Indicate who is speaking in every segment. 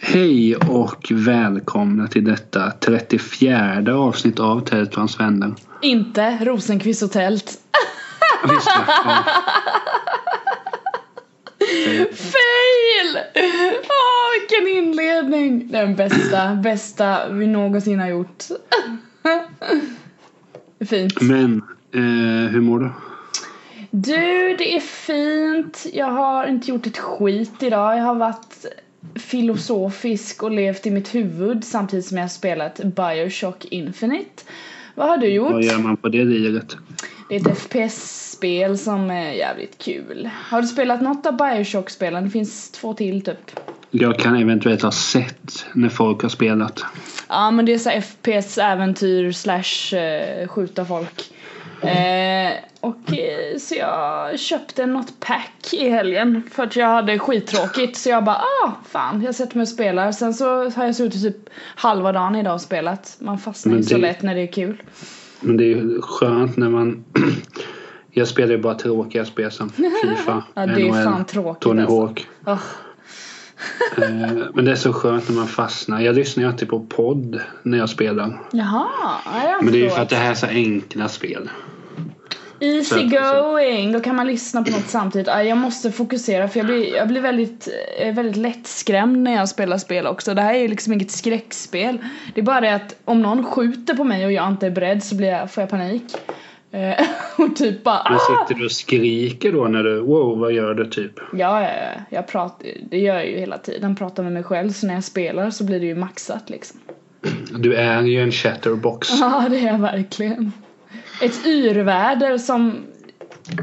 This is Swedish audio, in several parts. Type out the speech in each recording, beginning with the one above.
Speaker 1: Hej och välkomna till detta 34 avsnitt av Tält bland vänner.
Speaker 2: Inte Rosenqvist och tält.
Speaker 1: Visst, ja.
Speaker 2: Fail! Åh, vilken inledning! Den bästa, bästa vi någonsin har gjort. Det är Fint.
Speaker 1: Men eh, hur mår du?
Speaker 2: Du, det är fint. Jag har inte gjort ett skit idag. Jag har varit filosofisk och levt i mitt huvud samtidigt som jag har spelat Bioshock Infinite. Vad har du
Speaker 1: Vad
Speaker 2: gjort?
Speaker 1: gör man på det liret?
Speaker 2: Det är ett FPS-spel som är jävligt kul. Har du spelat något av Bioshock-spelen? Det finns två till typ.
Speaker 1: Jag kan eventuellt ha sett när folk har spelat.
Speaker 2: Ja men det är så här FPS-äventyr slash eh, skjuta folk. Eh, och eh, så jag köpte något pack i helgen för att jag hade skittråkigt så jag bara ah fan jag sätter mig och spelar. Sen så har jag suttit typ halva dagen idag och spelat. Man fastnar ju
Speaker 1: Men
Speaker 2: så
Speaker 1: det-
Speaker 2: lätt när det är kul.
Speaker 1: Men det är ju skönt när man... jag spelar ju bara tråkiga spel som Fifa,
Speaker 2: Ja, det är
Speaker 1: NHL,
Speaker 2: fan tråkigt,
Speaker 1: Tony
Speaker 2: alltså.
Speaker 1: Hawk.
Speaker 2: Ah.
Speaker 1: Eh, men det är så skönt när man fastnar. Jag lyssnar ju alltid på podd när jag spelar.
Speaker 2: Jaha, ja, jag
Speaker 1: Men det är ju
Speaker 2: förstår.
Speaker 1: för att det här är så enkla spel.
Speaker 2: Easy
Speaker 1: Sen-
Speaker 2: going, då kan man lyssna på något samtidigt. Ah, Jag måste fokusera för jag blir, jag blir väldigt, eh, väldigt lättskrämd när jag spelar spel också. Det här är ju liksom inget skräckspel. Det är bara det att om någon skjuter på mig och jag inte är beredd så blir jag, får jag panik. Eh, och typ bara
Speaker 1: Men
Speaker 2: ah!
Speaker 1: sitter du och skriker då när du wow vad gör du typ?
Speaker 2: ja, ja, ja, jag pratar, det gör jag ju hela tiden. Pratar med mig själv så när jag spelar så blir det ju maxat liksom.
Speaker 1: Du är ju en chatterbox.
Speaker 2: Ja, det är jag verkligen. Ett yrväder som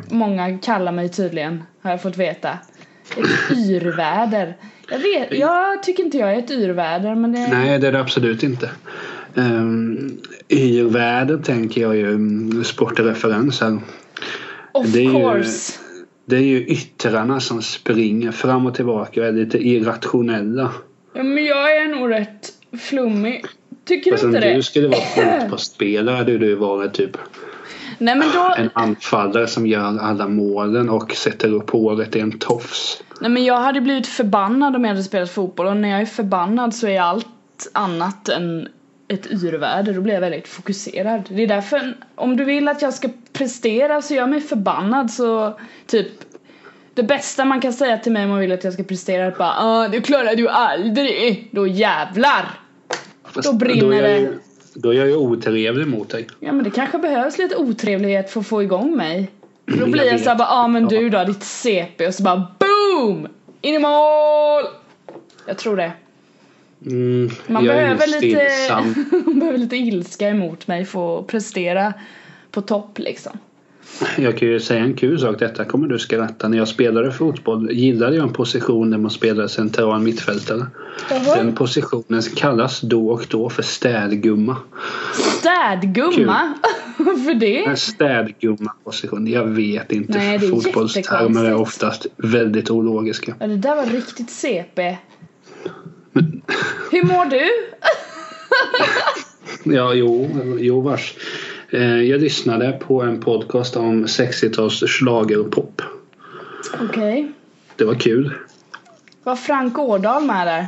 Speaker 2: många kallar mig tydligen, har jag fått veta. Ett yrväder. Jag, vet, jag tycker inte jag är ett yrväder, men det...
Speaker 1: Nej det är det absolut inte. Um, Yrväder tänker jag ju mm, sportreferenser.
Speaker 2: of
Speaker 1: det är ju-
Speaker 2: course!
Speaker 1: Det är ju yttrarna som springer fram och tillbaka och är lite irrationella.
Speaker 2: Ja, Men jag är nog rätt flummig. Tycker
Speaker 1: Fast
Speaker 2: du
Speaker 1: om
Speaker 2: inte det?
Speaker 1: du skulle vara fotbollsspelare hade du varit typ
Speaker 2: Nej, men då...
Speaker 1: en anfallare som gör alla målen och sätter upp håret i en tofs.
Speaker 2: Nej, men jag hade blivit förbannad om jag hade spelat fotboll och när jag är förbannad så är allt annat än ett yrväder. Då blir jag väldigt fokuserad. Det är därför, om du vill att jag ska prestera så gör mig förbannad så typ det bästa man kan säga till mig om man vill att jag ska prestera är bara ah, det klarar du aldrig. Då jävlar!
Speaker 1: Fast
Speaker 2: Då brinner
Speaker 1: är jag
Speaker 2: det.
Speaker 1: ju- Då är jag ju otrevlig mot dig.
Speaker 2: Ja men det kanske behövs lite otrevlighet för att få igång mig. Då blir jag
Speaker 1: vet.
Speaker 2: såhär bara, ja ah, men du då, ditt CP och så bara BOOM! In i mål! Jag tror det.
Speaker 1: Mm,
Speaker 2: Man
Speaker 1: jag är
Speaker 2: behöver,
Speaker 1: ju
Speaker 2: lite,
Speaker 1: stillsam.
Speaker 2: man behöver lite ilska emot mig för att prestera på topp liksom.
Speaker 1: Jag kan ju säga en kul sak, detta kommer du skratta. När jag spelade fotboll gillade jag en position där man spelade central mittfältare. Den positionen kallas då och då för städgumma.
Speaker 2: Städgumma! för det?
Speaker 1: En städgumma-position, jag vet inte.
Speaker 2: Nej, det är
Speaker 1: Fotbollstermer är
Speaker 2: jättekonstigt.
Speaker 1: oftast väldigt ologiska.
Speaker 2: Ja, det där var riktigt CP. Hur mår du?
Speaker 1: Ja, jo, jo vars. Eh, Jag lyssnade på en podcast om 60-tals schlagerpop.
Speaker 2: Okej.
Speaker 1: Det var kul.
Speaker 2: Var Frank Årdal med där?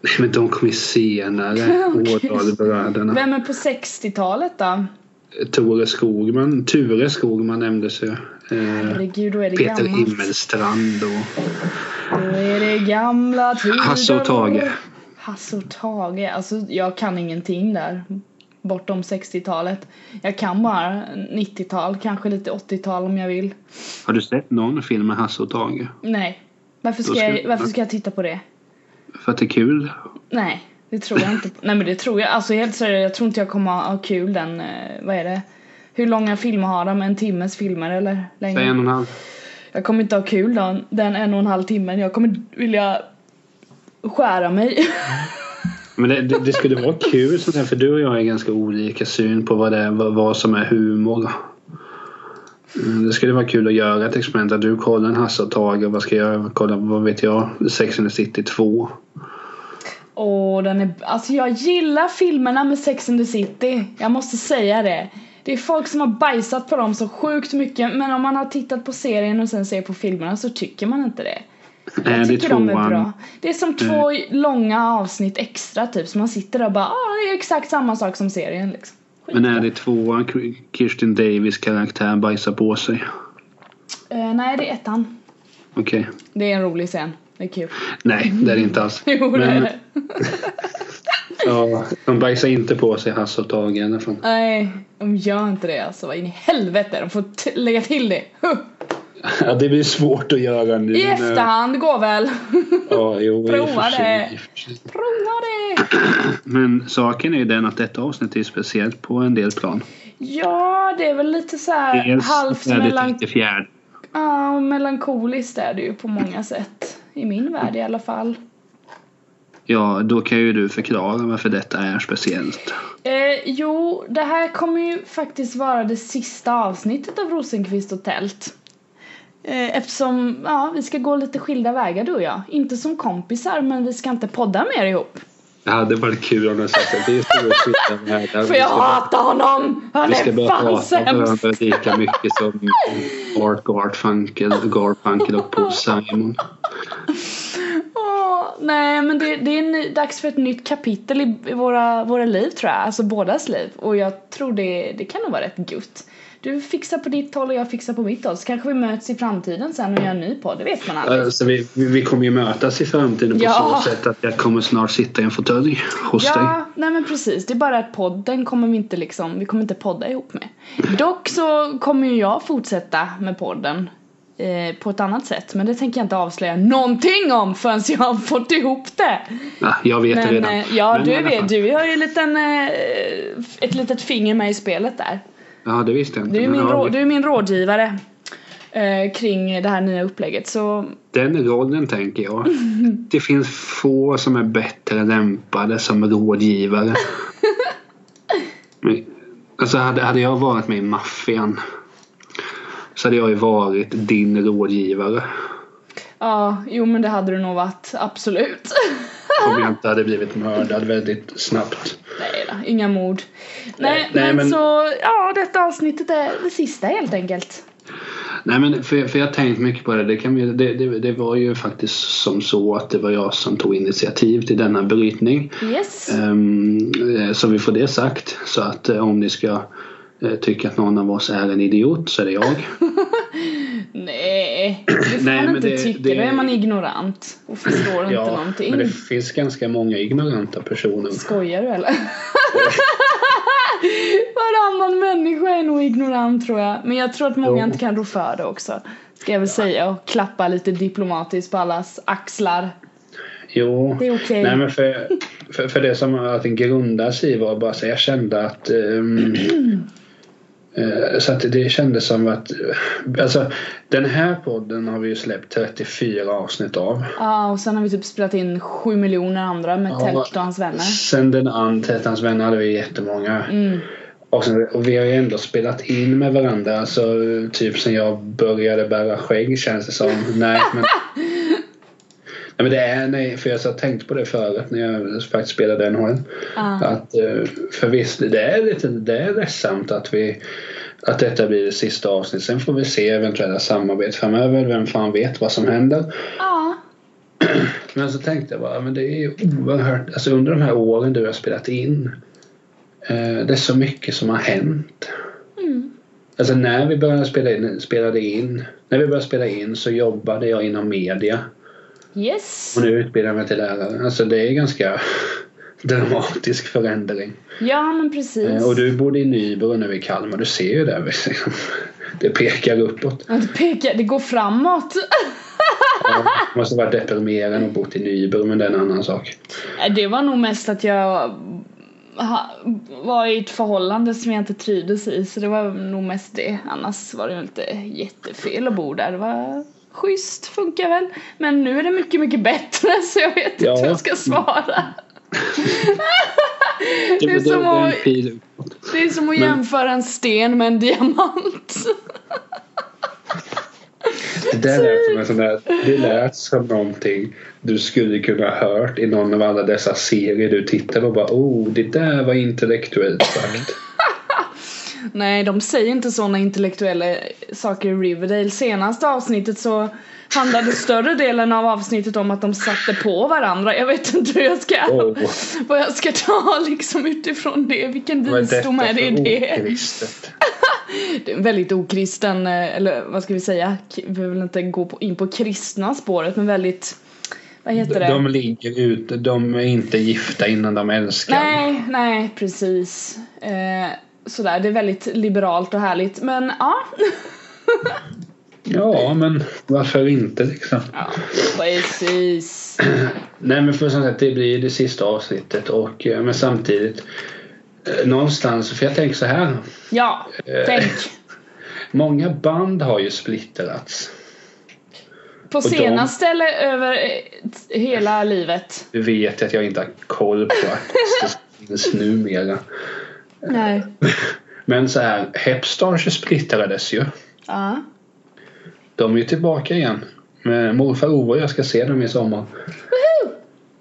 Speaker 1: Nej, men de kom ju senare.
Speaker 2: Okej.
Speaker 1: Ådalbröderna.
Speaker 2: Vem är på 60-talet då?
Speaker 1: Tore Skogman, Ture Skogman nämndes ju. Eh,
Speaker 2: Herregud, då är det
Speaker 1: Peter
Speaker 2: gammalt.
Speaker 1: Himmelstrand och
Speaker 2: Då är det gamla tider.
Speaker 1: Hasse och Tage.
Speaker 2: Hasse och Tage, alltså jag kan ingenting där bortom 60-talet. Jag kan bara 90-tal, kanske lite 80-tal om jag vill.
Speaker 1: Har du sett någon film med Hasse och Tage?
Speaker 2: Nej. Varför ska,
Speaker 1: Då ska-
Speaker 2: jag, varför ska jag titta på det?
Speaker 1: För att det är kul.
Speaker 2: Nej, det tror jag inte. Nej men det tror jag, alltså helt seriöst, jag tror inte jag kommer ha kul den, eh, vad är det? Hur långa filmer har de? En timmes filmer eller?
Speaker 1: Det är
Speaker 2: Längre?
Speaker 1: en och en halv.
Speaker 2: Jag kommer inte ha kul den, den en och en halv timmen. Jag kommer vilja skära mig.
Speaker 1: Men det, det, det skulle vara kul sånt här, för du och jag är ganska olika syn på vad, det är, vad, vad som är humor. Mm, Det skulle vara kul att göra ett experiment. Att du kollar en Hasse och Tage och vad ska jag kolla? Vad vet jag? Sex and the City 2.
Speaker 2: Åh, den är... Alltså jag gillar filmerna med Sex and the City. Jag måste säga det. Det är folk som har bajsat på dem så sjukt mycket men om man har tittat på serien och sen ser på filmerna så tycker man inte det.
Speaker 1: Nej,
Speaker 2: Jag
Speaker 1: det är
Speaker 2: tycker de är
Speaker 1: tvåan.
Speaker 2: bra. Det är som två långa avsnitt extra typ. Så man sitter där och bara, ah, det är exakt samma sak som serien liksom. Skit.
Speaker 1: Men är det tvåan K- Kirsten Davis karaktär bajsar på sig?
Speaker 2: Eh, nej, det är ettan.
Speaker 1: Okej.
Speaker 2: Det är en rolig scen. Det är kul.
Speaker 1: Nej, det är det inte alls.
Speaker 2: Mm. Jo, det är
Speaker 1: Men,
Speaker 2: det.
Speaker 1: ja, de bajsar inte på sig Hasse och Tage i alla fall.
Speaker 2: Nej, de gör inte det alltså. Vad in i helvete, de får t- lägga till det. Huh.
Speaker 1: Ja, det blir svårt att göra nu.
Speaker 2: I
Speaker 1: när-
Speaker 2: efterhand går väl.
Speaker 1: Ja, jo, i och
Speaker 2: Prova
Speaker 1: för sig,
Speaker 2: det.
Speaker 1: i och för sig.
Speaker 2: Prova det.
Speaker 1: Men saken är ju den att detta avsnitt är speciellt på en del plan.
Speaker 2: Ja, det är väl lite så här halvt
Speaker 1: är det
Speaker 2: melank-
Speaker 1: till fjärde.
Speaker 2: ja, melankoliskt är det ju på många sätt. I min värld i alla fall.
Speaker 1: Ja, då kan ju du förklara varför detta är speciellt.
Speaker 2: Eh, jo, det här kommer ju faktiskt vara det sista avsnittet av Rosenqvist och tält. Eh, eftersom, ja, vi ska gå lite skilda vägar du och jag. Inte som kompisar, men vi ska inte podda mer ihop.
Speaker 1: Det hade varit kul om du sagt att det är stor skillnad här. Där
Speaker 2: För
Speaker 1: vi
Speaker 2: jag
Speaker 1: ska-
Speaker 2: hatar honom! Han
Speaker 1: Vi ska
Speaker 2: är
Speaker 1: börja
Speaker 2: fan
Speaker 1: prata om
Speaker 2: sämst!
Speaker 1: varandra lika mycket som Art Garfunkel, Garfunkel och Paul Simon.
Speaker 2: Åh, nej, men det, det är ny, dags för ett nytt kapitel i, i våra, våra liv tror jag. Alltså bådas liv. Och jag tror det, det kan nog vara rätt gott. Du fixar på ditt håll och jag fixar på mitt håll. Så kanske vi möts i framtiden sen och gör en ny podd. Det vet man aldrig.
Speaker 1: Alltså, vi, vi vi kommer ju mötas i framtiden på
Speaker 2: Ja.
Speaker 1: så sätt att jag kommer snart sitta i en fåtölj hos dig.
Speaker 2: Ja, nej men precis. Det är bara att podden kommer vi inte liksom, vi kommer inte podda ihop med. Dock så kommer ju jag fortsätta med podden eh, på ett annat sätt. Men det tänker jag inte avslöja någonting om förrän jag har fått ihop det.
Speaker 1: Ja, jag vet det
Speaker 2: Men
Speaker 1: redan.
Speaker 2: eh, ja,
Speaker 1: Men i
Speaker 2: du
Speaker 1: alla fall.
Speaker 2: vet, du har ju en liten, eh, ett litet finger med i spelet där.
Speaker 1: Ja, det visste jag inte.
Speaker 2: Du är
Speaker 1: Men
Speaker 2: min,
Speaker 1: ja,
Speaker 2: rå, du är min rådgivare eh, kring det här nya upplägget. Så
Speaker 1: Den rollen tänker jag. Det finns få som är bättre lämpade som rådgivare. Men, alltså hade, hade jag varit med i maffian så hade jag ju varit din rådgivare.
Speaker 2: ja, jo men det hade du nog varit, absolut.
Speaker 1: Om jag inte hade blivit mördad väldigt snabbt.
Speaker 2: nej då, inga mord. Nej,
Speaker 1: Nej, nej,
Speaker 2: men,
Speaker 1: men-
Speaker 2: så, ja detta avsnittet är det sista helt enkelt.
Speaker 1: Nej men för, för jag har tänkt mycket på det. Det, kan, vi- det, det. det var ju faktiskt som så att det var jag som tog initiativ till denna brytning.
Speaker 2: Yes.
Speaker 1: Ehm, eh, Så vi får det sagt. Så att eh, om ni ska eh, tycka att någon av oss är en idiot så är det jag.
Speaker 2: Nej, det får
Speaker 1: Nej,
Speaker 2: man
Speaker 1: men
Speaker 2: inte
Speaker 1: det-
Speaker 2: tycka.
Speaker 1: det-
Speaker 2: Då är man ignorant och förstår inte
Speaker 1: men det
Speaker 2: någonting.
Speaker 1: finns ganska många ignoranta personer.
Speaker 2: Skojar du eller? Varannan människa är nog ignorant tror jag. Men jag tror att många
Speaker 1: Jo.
Speaker 2: inte kan rå för det också. Ska jag väl säga och klappa lite diplomatiskt på allas axlar.
Speaker 1: Jo.
Speaker 2: Det är okej.
Speaker 1: Nej men för, för, för det som att den grundas i var bara så jag kände att ehm, eh, Så att det kändes som att eh, Alltså den här podden har vi ju släppt 34 avsnitt av.
Speaker 2: Ja, och sen har vi typ spelat in sju miljoner andra med
Speaker 1: Ja,
Speaker 2: Tält och hans vänner.
Speaker 1: Sen den andra Tätans vänner hade vi jättemånga.
Speaker 2: Mm.
Speaker 1: Och, sen, och vi har ju ändå spelat in med varandra. Alltså, typ sen jag började bära skägg känns det som. Nej men. Nej men det är nej. För jag så tänkt på det förut när jag faktiskt spelade NHL.
Speaker 2: Ja.
Speaker 1: Att, eh, för visst det är lite det är ledsamt att vi att detta blir det sista avsnittet. Sen får vi se eventuella samarbete framöver. Vem fan vet vad som händer.
Speaker 2: Ja.
Speaker 1: Men så tänkte jag bara, men det är ju oerhört, alltså under de här åren du har spelat in. Eh, det är så mycket som har hänt.
Speaker 2: Mm.
Speaker 1: Alltså när vi började spela in, spelade in, när vi började spela in så jobbade jag inom media.
Speaker 2: Yes.
Speaker 1: Och nu utbildar jag mig till lärare. Alltså det är ganska dramatisk förändring.
Speaker 2: Ja, men precis.
Speaker 1: Eh, och du bor i Nybro nu i Kalmar, du ser ju där. Det pekar uppåt.
Speaker 2: Ja, Det pekar, det går framåt.
Speaker 1: Jag måste vara deprimerad och bott i Nybro men det är en annan sak.
Speaker 2: Nej, Eh, Det var nog mest att jag ha- var i ett förhållande som jag inte trivdes i så det var nog mest det. Annars var det ju inte jättefel att bo där. Det var schysst, funkar väl. Men nu är det mycket, mycket bättre så jag vet
Speaker 1: Ja.
Speaker 2: inte hur jag ska svara.
Speaker 1: Det,
Speaker 2: är som
Speaker 1: är en
Speaker 2: att-
Speaker 1: pil-
Speaker 2: Det är som att
Speaker 1: Men-
Speaker 2: jämföra en sten med en diamant.
Speaker 1: Det där lät som en sån där, det lät som någonting du skulle kunna ha hört i någon av alla dessa serier du tittar på. Bara, oh, det där var intellektuellt sagt.
Speaker 2: Nej, de säger inte sådana intellektuella saker i Riverdale. Senaste avsnittet så handlade större delen av avsnittet om att de satte på varandra. Jag vet inte hur jag ska,
Speaker 1: Åh.
Speaker 2: vad jag ska ta liksom utifrån det. Vilken
Speaker 1: Vad är
Speaker 2: visdom är
Speaker 1: detta
Speaker 2: det i
Speaker 1: för
Speaker 2: det?
Speaker 1: okristet?
Speaker 2: Det är en väldigt okristen, eh, eller vad ska vi säga? K- Vi vill inte gå på, in på kristna spåret men väldigt, vad heter det?
Speaker 1: De ligger ute, de är inte gifta innan de älskar.
Speaker 2: Nej, nej precis. Eh, sådär, det är väldigt liberalt och härligt men ja.
Speaker 1: Ja, men varför inte liksom?
Speaker 2: ja precis.
Speaker 1: Nej, men för som sagt, det blir det sista avsnittet och eh, men samtidigt eh, någonstans, för jag tänker så här.
Speaker 2: Ja,
Speaker 1: Eh,
Speaker 2: tänk.
Speaker 1: Många band har ju splittrats.
Speaker 2: På
Speaker 1: de-
Speaker 2: senaste eller över eh, t- hela livet?
Speaker 1: Du vet att jag inte har koll på artister som finns numera.
Speaker 2: Nej.
Speaker 1: Men så här, Hepstars splittrades ju.
Speaker 2: Ja.
Speaker 1: De är ju tillbaka igen. Men morfar Ove och jag ska se dem i sommar.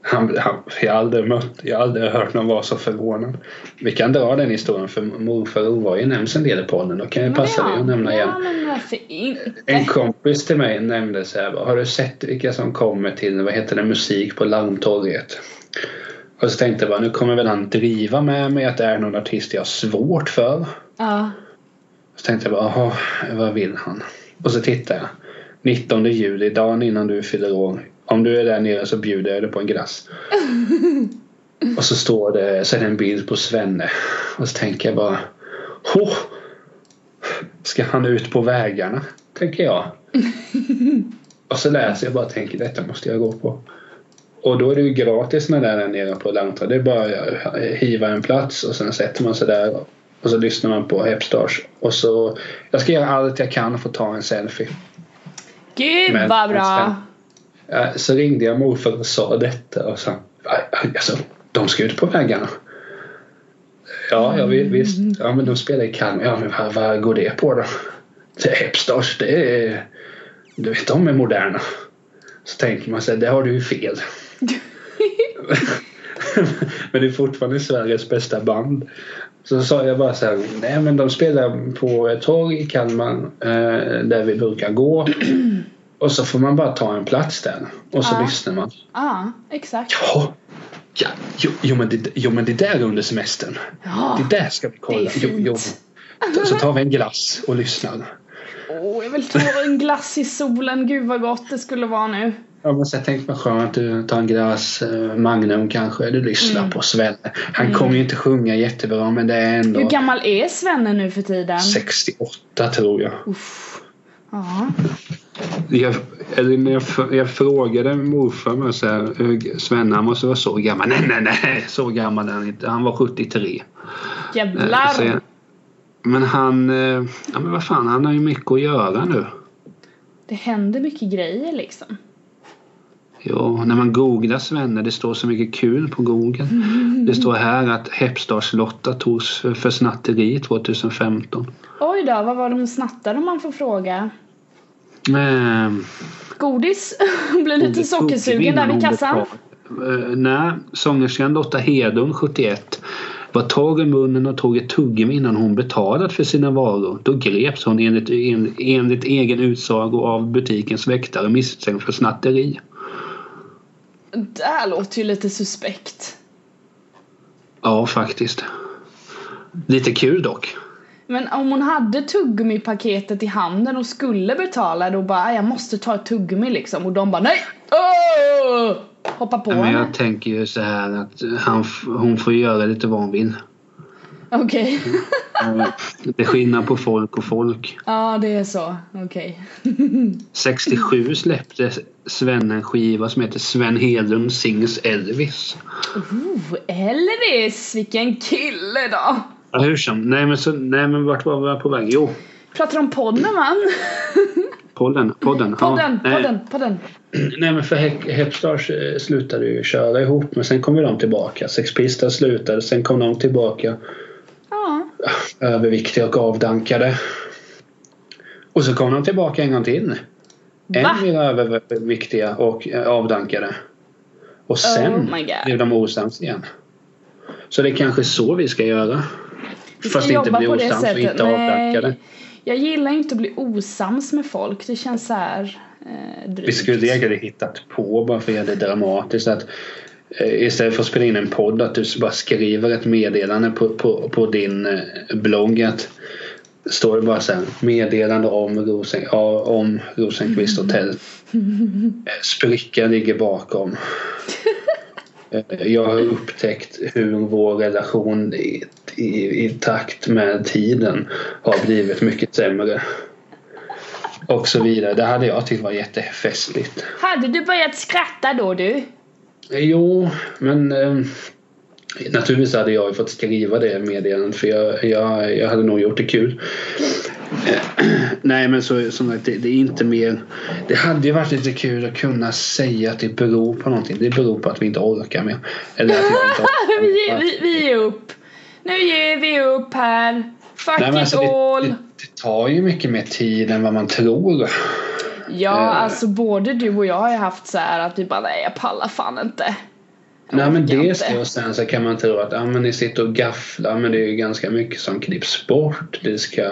Speaker 1: Han, han, jag, har aldrig mött, jag har aldrig hört någon vara så förvånad. Vi kan dra den historien för morfar Ove har ju nämnts en del i podden. Då kan jag
Speaker 2: Men
Speaker 1: passa
Speaker 2: ja,
Speaker 1: dig att nämna igen.
Speaker 2: Ja, men varför inte?
Speaker 1: En kompis till mig nämnde så här, bara, har du sett vilka som kommer till, vad heter det, musik på Larmtorget? Och så tänkte jag bara, nu kommer väl han driva med mig att det är någon artist jag har svårt för.
Speaker 2: Ja.
Speaker 1: Så tänkte jag bara, jaha, vad vill han? Och så tittade jag. 19 juli, dagen innan du fyller år. Om du är där nere så bjuder jag dig på en glass. och så står det, så är det en bild på Svenne. Och så tänker jag bara, hå! Ska han ut på vägarna? Tänker jag. och så läser jag bara och tänker, detta måste jag gå på. Och då är det ju gratis när det är där nere på Lantra. Det är bara att hiva en plats och sen sätter man sig där och så lyssnar man på Hepstars. Och så, jag ska göra allt jag kan för att ta en selfie.
Speaker 2: Gud
Speaker 1: Men-
Speaker 2: vad bra!
Speaker 1: Eh, Så ringde jag morfar och sa detta och sa "Aj, aj, alltså, de ska ut på vägarna. Ja, ja vi- visst. Ja, men de spelar i Kalmar. Ja, men vad, vad går det på då? Det är Hepstars, det är... Du vet, de är moderna. Så tänker man sig, det har du ju fel. men det är fortfarande Sveriges bästa band. Så sa jag bara så här, nej men de spelar på ett torg i Kalmar eh, där vi brukar gå. Och så får man bara ta en plats där. Och så
Speaker 2: Ja.
Speaker 1: lyssnar man.
Speaker 2: Ja, exakt.
Speaker 1: Ja, ja jo, jo, men det, jo men det där är under semestern.
Speaker 2: Ja.
Speaker 1: Det där ska vi kolla.
Speaker 2: Det
Speaker 1: Jo,
Speaker 2: är
Speaker 1: jo.
Speaker 2: fint.
Speaker 1: Så tar vi en glass och lyssnar.
Speaker 2: Åh, jag vill ta en glass i solen. Gud vad gott det skulle vara nu.
Speaker 1: Ja, men så jag tänkte man skönt, du tar en glass eh, Magnum kanske, du lyssnar
Speaker 2: Mm.
Speaker 1: på Svenne. Han kommer ju inte sjunga jättebra men det är
Speaker 2: Hur
Speaker 1: ändå
Speaker 2: gammal är Svenne nu för tiden?
Speaker 1: 68 tror jag.
Speaker 2: Ja.
Speaker 1: jag eller när jag, f- jag frågade morfar mig så här, hur- Svenne han måste vara så gammal. Nej, nej, nej, så gammal är han inte. Han var 73. Eh, så jag-
Speaker 2: Jävlar!
Speaker 1: Men han, eh, ja men vad fan, han har ju mycket att göra nu.
Speaker 2: Det händer mycket grejer liksom.
Speaker 1: Ja, när man googlar Svenne, det står så mycket kul på Google.
Speaker 2: Mm.
Speaker 1: Det står här att Hepstars-Lotta togs för snatteri 2015.
Speaker 2: Oj då, vad var de snattade om man får fråga?
Speaker 1: Ehm,
Speaker 2: Godis? Blir lite sockersugen där vid kassan.
Speaker 1: Eh, nej, sångerskan Lotta Hedlund, 71, var torr i munnen och tog ett tuggummi innan hon betalat för sina varor. Då greps hon enligt, en, enligt egen utsago av butikens väktare misstänkt för snatteri.
Speaker 2: Det här låter ju lite suspekt.
Speaker 1: Ja, faktiskt. Lite kul dock.
Speaker 2: Men om hon hade tuggummipaketet i handen och skulle betala då bara "Ah, jag måste ta ett tuggummi liksom och de bara nej! Åh! Hoppa på
Speaker 1: Men
Speaker 2: henne.
Speaker 1: jag tänker ju så här att han, f- hon får göra lite vad hon vill.
Speaker 2: Okej.
Speaker 1: Eh, Det är skillnad på folk och folk.
Speaker 2: ja det är så. Okej.
Speaker 1: 67 släppte Sven en skiva som heter Sven Hedlund sings Elvis.
Speaker 2: Oh, Elvis! Vilken kille då!
Speaker 1: Ja, hur som. Nej men, så, nej, men vart var jag på väg? Jo,
Speaker 2: Pratar om podden man?
Speaker 1: podden. Podden.
Speaker 2: podden,
Speaker 1: ja, nej,
Speaker 2: podden, podden.
Speaker 1: nej men för He- Hepstars eh, slutade ju köra ihop men sen kom ju de tillbaka. Sex Pistols slutade, sen kom de tillbaka
Speaker 2: Ja.
Speaker 1: överviktiga och avdankade. Och så kom de tillbaka en gång till.
Speaker 2: Va?
Speaker 1: Än mer överviktiga och eh, avdankade. Och sen
Speaker 2: Oh my God.
Speaker 1: blev de osams igen. Så det är kanske så vi ska göra. Fast inte
Speaker 2: jobba
Speaker 1: bli
Speaker 2: på det
Speaker 1: osams och
Speaker 2: sättet.
Speaker 1: inte
Speaker 2: Nej.
Speaker 1: avdankade.
Speaker 2: Jag gillar inte att bli osams med folk. Det känns så här eh, drygt.
Speaker 1: Vi skulle säkert hittat på bara för att göra det dramatiskt. Att eh, istället för att spela in en podd att du bara skriver ett meddelande på, på, på din eh, blogg. Att står det bara så här meddelande om, Rosen, ja, om Rosenqvist hotell. Eh, Spricka ligger bakom. Eh, Jag har upptäckt hur vår relation i, i, i takt med tiden har blivit mycket sämre. Och så vidare. Det hade jag tyckt var jättefestligt.
Speaker 2: Hade du börjat skratta då du?
Speaker 1: Eh, Jo, men eh, naturligtvis hade jag ju fått skriva det meddelandet för jag, jag, jag hade nog gjort det kul. Eh, Nej men så, som sagt, det, det är inte mer. Det hade ju varit lite kul att kunna säga att det beror på någonting. Det beror på att vi inte orkar mer. Eller att jag inte orkar
Speaker 2: vi,
Speaker 1: mer.
Speaker 2: ger- vi, vi ger upp. Nu ger vi upp här. Fuck
Speaker 1: Nej, men
Speaker 2: it
Speaker 1: alltså,
Speaker 2: all.
Speaker 1: det, det, det tar ju mycket mer tid än vad man tror.
Speaker 2: Ja,
Speaker 1: Eh.
Speaker 2: alltså både du och jag har ju haft så här att vi bara nej jag pallar fan inte.
Speaker 1: Nej men
Speaker 2: orkar
Speaker 1: dels
Speaker 2: inte.
Speaker 1: det och sen så kan man tro att ah, men ni sitter och gafflar men det är ju ganska mycket som klipps bort. Det ska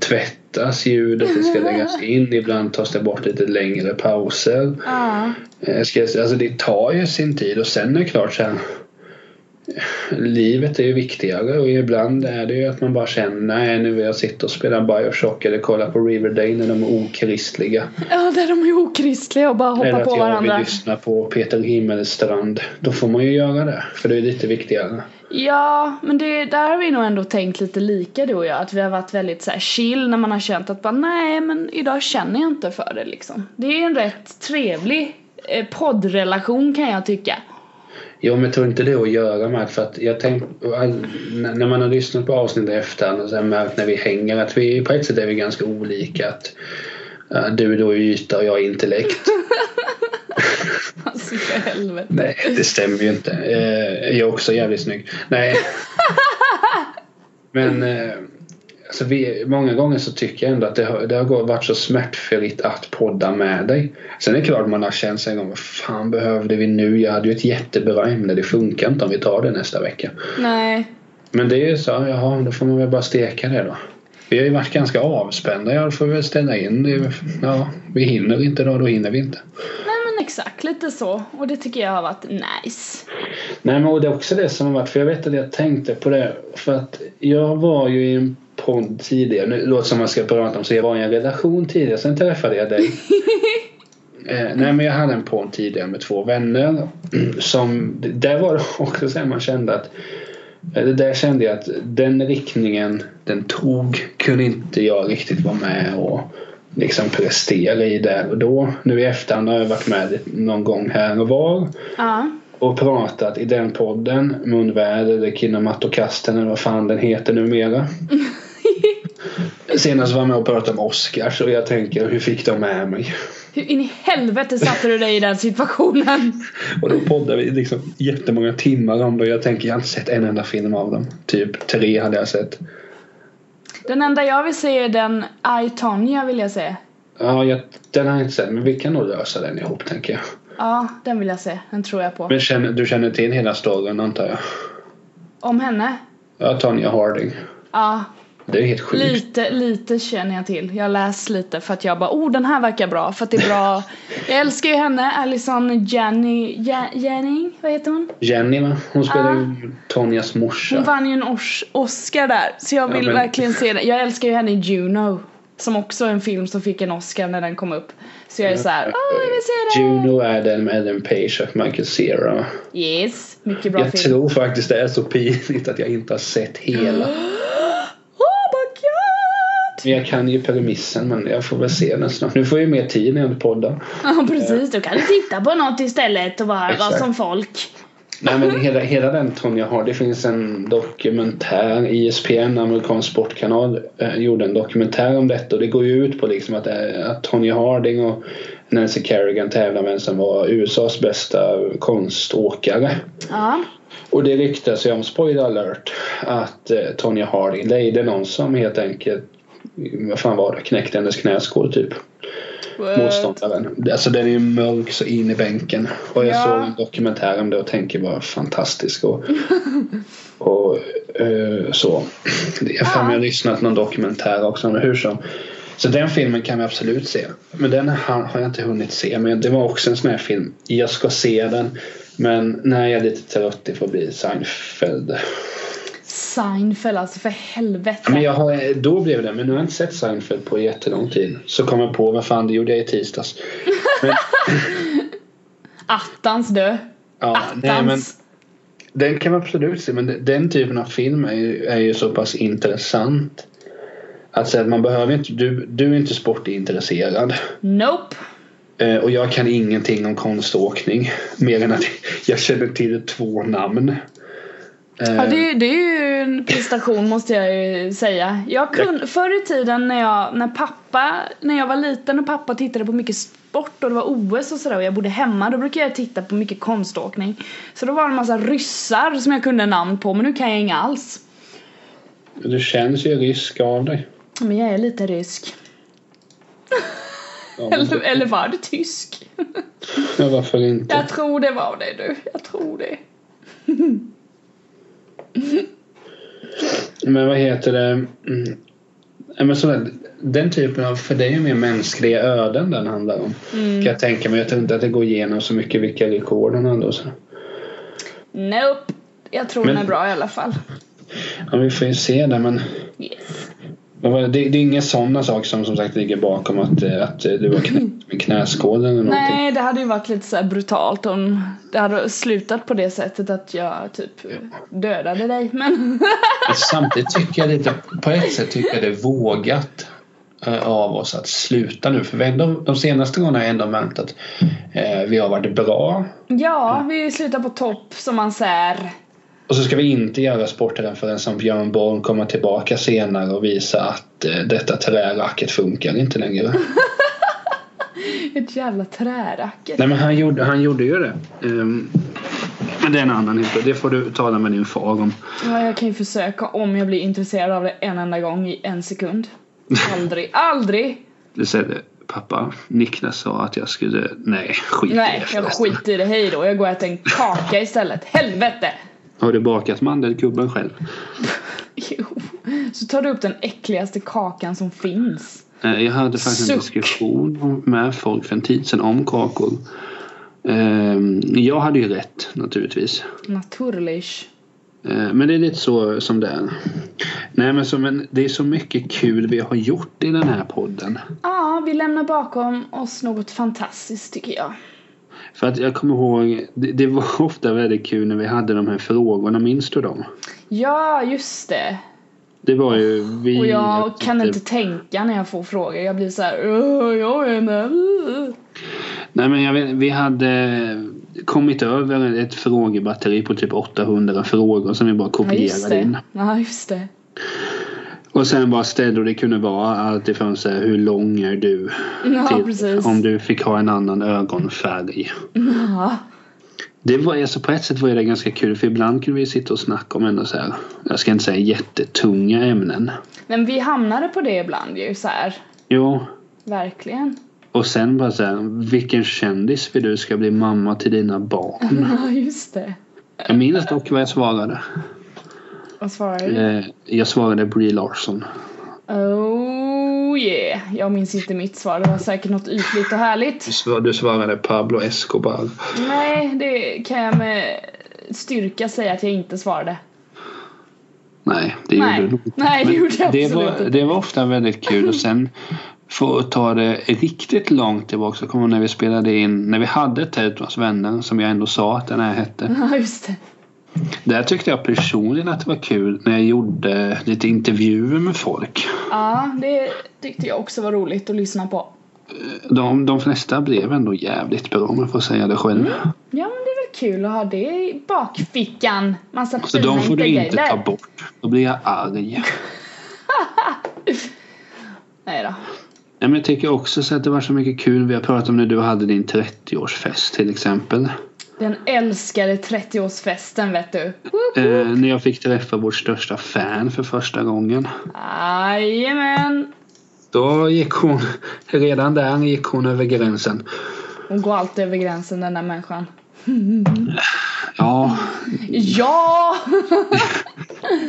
Speaker 1: tvättas ljudet, det ska läggas in, ibland tas det bort lite längre pauser.
Speaker 2: Ja.
Speaker 1: Eh, Ska jag säga, alltså det tar ju sin tid och sen är det klart sen Livet är ju viktigare och ibland är det ju att man bara känner nej nu vill jag sitta och spela Bioshock eller kolla på Riverdale när de är okristliga.
Speaker 2: ja, där de är okristliga och bara hoppar
Speaker 1: Eller att
Speaker 2: på
Speaker 1: jag vill
Speaker 2: varandra.
Speaker 1: lyssna på Peter Himmelstrand. Då får man ju göra det. För det är lite viktigare.
Speaker 2: Ja, men det, där har vi nog ändå tänkt lite lika du och jag. Att vi har varit väldigt så här chill när man har känt att bara nej men idag känner jag inte för det liksom. Det är ju en rätt trevlig eh, poddrelation kan jag tycka.
Speaker 1: Jo men tror inte det har att göra med för att jag tänk, när man har lyssnat på avsnittet i efterhand och sen märkt när vi hänger att vi på ett sätt är vi ganska olika. Att, eh, du då är yta och jag är intellekt.
Speaker 2: Alltså för helvete.
Speaker 1: Nej det stämmer ju inte. Eh, jag är också jävligt snygg. Nej. Men eh, alltså vi, många gånger så tycker jag ändå att det har, det har gå- varit så smärtfritt att podda med dig. Sen är det klart man har känt sig en gång, vad fan behövde vi nu? Jag hade ju ett jättebra ämne, det funkar inte om vi tar det nästa vecka.
Speaker 2: Nej.
Speaker 1: Men det är ju så, jaha, då får man väl bara steka det då. Vi har ju varit ganska avspända, ja då får vi väl ställa in. Det är ju- Ja, vi hinner inte då, då hinner vi inte.
Speaker 2: Nej men exakt lite så. Och det tycker jag har varit nice.
Speaker 1: Nej men och det är också det som har varit, för jag vet att jag tänkte på det. För att jag var ju i en podd tidigare, nu låter det som man ska prata om, så jag var i en relation tidigare, sen träffade jag dig. Eh, nej men jag hade en podd tidigare med två vänner. Som, där var det också så här man kände att eh, det där kände jag att den riktningen den tog kunde inte jag riktigt vara med och liksom prestera i där och då. Nu i efterhand har jag varit med någon gång här och var
Speaker 2: Ja.
Speaker 1: och pratat i den podden, Munväder eller Kinnamatokasten eller vad fan den heter numera. Senast var jag med och pratade om Oscars och jag tänker hur fick de med mig?
Speaker 2: Hur in i helvete satte du dig i den situationen?
Speaker 1: Och då poddar vi liksom jättemånga timmar om det och jag tänker jag har inte sett en enda film av dem. Typ tre hade jag sett.
Speaker 2: Den enda jag vill se är den I, Tonya vill jag se.
Speaker 1: Ja, jag, den har jag inte sett men vi kan nog lösa den ihop tänker jag.
Speaker 2: Ja, den vill jag se. Den tror jag på.
Speaker 1: Men känner, du känner till hela storyn antar jag?
Speaker 2: Om henne?
Speaker 1: Ja, Tanya Harding.
Speaker 2: Ja,
Speaker 1: Det är helt sjukt.
Speaker 2: Lite, lite känner jag till. Jag läser lite för att jag bara, oh den här verkar bra för att det är bra. Jag älskar ju henne, Alison Jenny, Ja- Jenning, vad heter hon?
Speaker 1: Jenny va? Hon spelar
Speaker 2: Ah.
Speaker 1: ju Tonjas morsa.
Speaker 2: Hon vann ju en Ors- Oscar där. Så jag vill
Speaker 1: men-
Speaker 2: verkligen se den. Jag älskar ju henne i Juno. Som också är en film som fick en Oscar när den kom upp. Så jag är så här, åh jag vill se den!
Speaker 1: Juno är den med Ellen Page och Michael Cera.
Speaker 2: Yes, mycket bra
Speaker 1: Jag
Speaker 2: film.
Speaker 1: tror faktiskt det är så pinigt att jag inte har sett hela.
Speaker 2: Oh my god!
Speaker 1: Men jag kan ju premissen men jag får väl se den snart. Nu får jag ju mer tid när jag poddar.
Speaker 2: Ja precis, då kan du titta på något istället och bara höra
Speaker 1: Exakt.
Speaker 2: som folk.
Speaker 1: Nej men hela, hela den Tony har. Det finns en dokumentär. ISPN, amerikansk sportkanal, eh, gjorde en dokumentär om detta. Och det går ju ut på liksom att, eh, att Tony Harding och Nancy Kerrigan tävlar med en som var USAs bästa konståkare.
Speaker 2: Ja,
Speaker 1: Och det ryktas ju om, spoiler alert, att eh, Tonya Harding lejde någon som helt enkelt, vad fan var det, knäckte hennes knäskål typ.
Speaker 2: Eh,
Speaker 1: motståndaren. Alltså den är mörk så in i bänken. Och jag
Speaker 2: Ja.
Speaker 1: såg en dokumentär om det och tänker bara fantastisk och, och eh, så. Jag har
Speaker 2: Ja.
Speaker 1: ja. lyssnat någon dokumentär också men hur som. Så den filmen kan vi absolut se. Men den har har jag inte hunnit se. Men det var också en sån här film. Jag ska se den. Men när jag är lite trött får bli Seinfeld.
Speaker 2: Seinfeld alltså, för helvete.
Speaker 1: Men jag har, då blev det, men nu har jag inte sett Seinfeld på jättelång tid. Så kom jag på, vad fan det gjorde jag i tisdags.
Speaker 2: Attans dö.
Speaker 1: Ja,
Speaker 2: Attans.
Speaker 1: nej, men den kan man absolut se, men de- den typen av film är ju, är ju så pass intressant. Alltså att man behöver inte, du, du är inte sportintresserad.
Speaker 2: Nope.
Speaker 1: Eh, och jag kan ingenting om konståkning. Mer än att jag känner till två namn. Eh,
Speaker 2: Ja, det, det är ju en prestation måste jag ju säga. Jag kun, förr i tiden när jag, när pappa, när jag var liten och pappa tittade på mycket sport och det var OS och sådär och jag bodde hemma då brukade jag titta på mycket konståkning. Så då var det en massa ryssar som jag kunde namn på men nu kan jag inga alls.
Speaker 1: Du känns ju rysk av dig.
Speaker 2: Men jag är lite rysk.
Speaker 1: Ja, men-
Speaker 2: Eller, eller var det tysk?
Speaker 1: ja, varför inte?
Speaker 2: Jag tror det var det du, jag tror det.
Speaker 1: Men vad heter det? Mm. Ja, Men sådär, den typen av, för det är ju mer mänskliga öden den handlar om.
Speaker 2: Mm.
Speaker 1: Kan jag tänka mig. Jag tror inte att det går igenom så mycket vilka rekord han hade och så.
Speaker 2: Nope. Jag tror
Speaker 1: Men-
Speaker 2: den är bra i alla fall.
Speaker 1: Ja, vi får ju se det men
Speaker 2: Yes.
Speaker 1: men vad- det, det är inga sådana saker som som sagt ligger bakom att, eh, att eh, du var knä, med knäskålen eller någonting.
Speaker 2: Nej, det hade ju varit lite så här brutalt om det hade slutat på det sättet att jag typ dödade dig. Men
Speaker 1: Men Samtidigt tycker jag lite, på ett sätt tycker jag det är vågat eh, av oss att sluta nu. För vi har ändå, de senaste gångerna har jag ändå märkt att eh, vi har varit bra
Speaker 2: ja, vi slutar på topp som man säger.
Speaker 1: Och så ska vi inte göra sporten förrän som Björn Borg kommer tillbaka senare och visa att eh, detta träracket funkar inte längre.
Speaker 2: Ett jävla träracket.
Speaker 1: Nej men han gjorde, han gjorde ju det. Ehm, men det är en annan historia. Det får du tala med din far om.
Speaker 2: Ja, jag kan ju försöka om jag blir intresserad av det en enda gång i en sekund. Aldrig, aldrig!
Speaker 1: Du säger pappa, Niklas sa att jag skulle... Nej, skit i
Speaker 2: Nej,
Speaker 1: det
Speaker 2: jag
Speaker 1: förresten.
Speaker 2: skiter i det. Hej då, jag går och äter en kaka istället. Helvete!
Speaker 1: Har du bakat mandelkubben själv?
Speaker 2: Jo. Så tar du upp den äckligaste kakan som finns.
Speaker 1: Eh, Jag hade faktiskt en
Speaker 2: Suck.
Speaker 1: diskussion om- med folk för en tid sedan om kakor. Ehm, Jag hade ju rätt naturligtvis.
Speaker 2: Naturligt.
Speaker 1: Eh, Men det är lite så som det är. Nej men, så, men det är så mycket kul vi har gjort i den här podden.
Speaker 2: Ja, vi lämnar bakom oss något fantastiskt tycker jag.
Speaker 1: För att jag kommer ihåg, det, det var ofta väldigt kul när vi hade de här frågorna, minns du dem?
Speaker 2: Ja, just det.
Speaker 1: Det var ju vi...
Speaker 2: Och jag kan
Speaker 1: det-
Speaker 2: inte tänka när jag får frågor. Jag blir så här, "Åh, jag är med. Uh."
Speaker 1: Nej men jag vet, vi hade kommit över ett frågebatteri på typ 800 frågor som vi bara
Speaker 2: Ja, just
Speaker 1: kopierade in.
Speaker 2: det. Ja, just det.
Speaker 1: Och sen bara ställde och det kunde vara allt ifrån så här, hur lång är du?
Speaker 2: Ja,
Speaker 1: till
Speaker 2: precis.
Speaker 1: Typ, om du fick ha en annan ögonfärg.
Speaker 2: Ja.
Speaker 1: Det var, alltså på ett sätt var det ganska kul för ibland kunde vi sitta och snacka om ändå så här, jag ska inte säga jättetunga ämnen.
Speaker 2: Men vi hamnade på det ibland ju så här.
Speaker 1: Jo,
Speaker 2: Verkligen.
Speaker 1: och sen bara så här, vilken kändis vill du ska bli mamma till dina barn?
Speaker 2: Ja, just det.
Speaker 1: Jag minns dock vad jag svarade.
Speaker 2: Vad svarar du?
Speaker 1: Eh, Jag svarade Brie Larson.
Speaker 2: Oh yeah. Jag minns inte mitt svar. Det var säkert något ytligt och härligt.
Speaker 1: Du svar- Du svarade Pablo Escobar.
Speaker 2: Nej, det kan jag med styrka säga att jag inte svarade.
Speaker 1: Nej, det
Speaker 2: Nej.
Speaker 1: gjorde du inte.
Speaker 2: Nej, det
Speaker 1: Men
Speaker 2: gjorde jag
Speaker 1: det
Speaker 2: absolut
Speaker 1: var,
Speaker 2: inte.
Speaker 1: det var ofta väldigt kul och sen för att ta det riktigt långt tillbaka så kommer jag ihåg när vi spelade in, när vi hade Tält hos vänner som jag ändå sa att den här hette.
Speaker 2: Ja, just det.
Speaker 1: Där tyckte jag personligen att det var kul när jag gjorde lite intervjuer med folk.
Speaker 2: Ja, det tyckte jag också var roligt att lyssna på.
Speaker 1: De, de flesta blev ändå jävligt bra om jag får säga det själv.
Speaker 2: Ja, men det är väl kul att ha det i bakfickan. Massa
Speaker 1: Så
Speaker 2: fina
Speaker 1: de får du inte
Speaker 2: grejer.
Speaker 1: ta bort. Då blir jag arg.
Speaker 2: Nej då.
Speaker 1: Nej, men jag tycker också så att det var så mycket kul vi har pratat om när du hade din 30-årsfest till exempel.
Speaker 2: Den älskade 30-årsfesten vet du. Woop.
Speaker 1: Eh, när jag fick träffa vårt största fan för första gången.
Speaker 2: Jajamän.
Speaker 1: Då gick hon, redan där gick hon över gränsen.
Speaker 2: Hon går alltid över gränsen den där människan.
Speaker 1: Ja,
Speaker 2: Ja!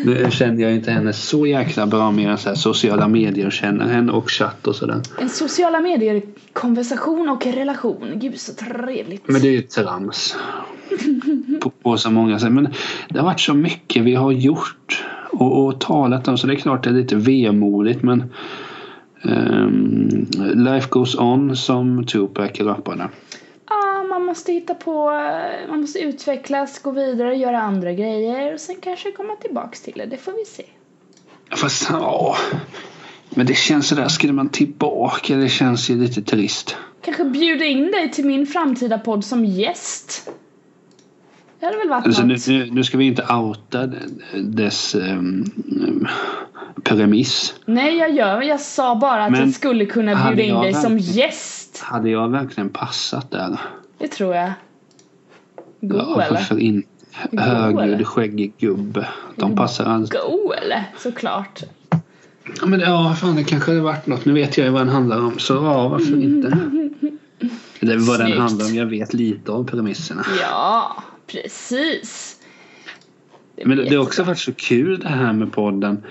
Speaker 1: nu känner jag inte henne så jäkla bra mer än så här sociala medier känner henne och chatt och sådär.
Speaker 2: En sociala medier, konversation och relation. Gud så trevligt.
Speaker 1: Men det är ju trams. På, på så många sätt. Men det har varit så mycket vi har gjort och, och talat om så det är klart det är lite vemodigt men ehm, Life goes on som Tupac rappade.
Speaker 2: Ah, man måste hitta på, eh, man måste utvecklas, gå vidare, göra andra grejer och sen kanske komma tillbaks till det. Det får vi se.
Speaker 1: Fast ja. Men det känns sådär, skulle man tillbaka? Det känns ju lite trist.
Speaker 2: Kanske bjuda in dig till min framtida podd som gäst. Det hade väl varit
Speaker 1: Alltså, nu,
Speaker 2: något.
Speaker 1: nu, nu ska vi inte outa dess ehm, premiss.
Speaker 2: Nej, jag gör Jag sa bara att
Speaker 1: Men
Speaker 2: jag skulle kunna
Speaker 1: hade
Speaker 2: bjuda in
Speaker 1: jag
Speaker 2: dig som
Speaker 1: verkligen-
Speaker 2: gäst.
Speaker 1: Hade jag verkligen passat där?
Speaker 2: Det tror jag. Go
Speaker 1: Ja,
Speaker 2: eller?
Speaker 1: varför inte?
Speaker 2: Go, eller? Mm.
Speaker 1: Högljudd, skäggig gubbe. De passar alls.
Speaker 2: Go eller? Såklart.
Speaker 1: Ja, men ja, fan det kanske hade varit något. Nu vet jag ju vad den handlar om, så ja, varför inte? Det är vad
Speaker 2: Snyggt.
Speaker 1: den handlar om. Jag vet lite om premisserna.
Speaker 2: Ja, precis.
Speaker 1: Men det, det har
Speaker 2: jättebra.
Speaker 1: också varit så kul det här med podden.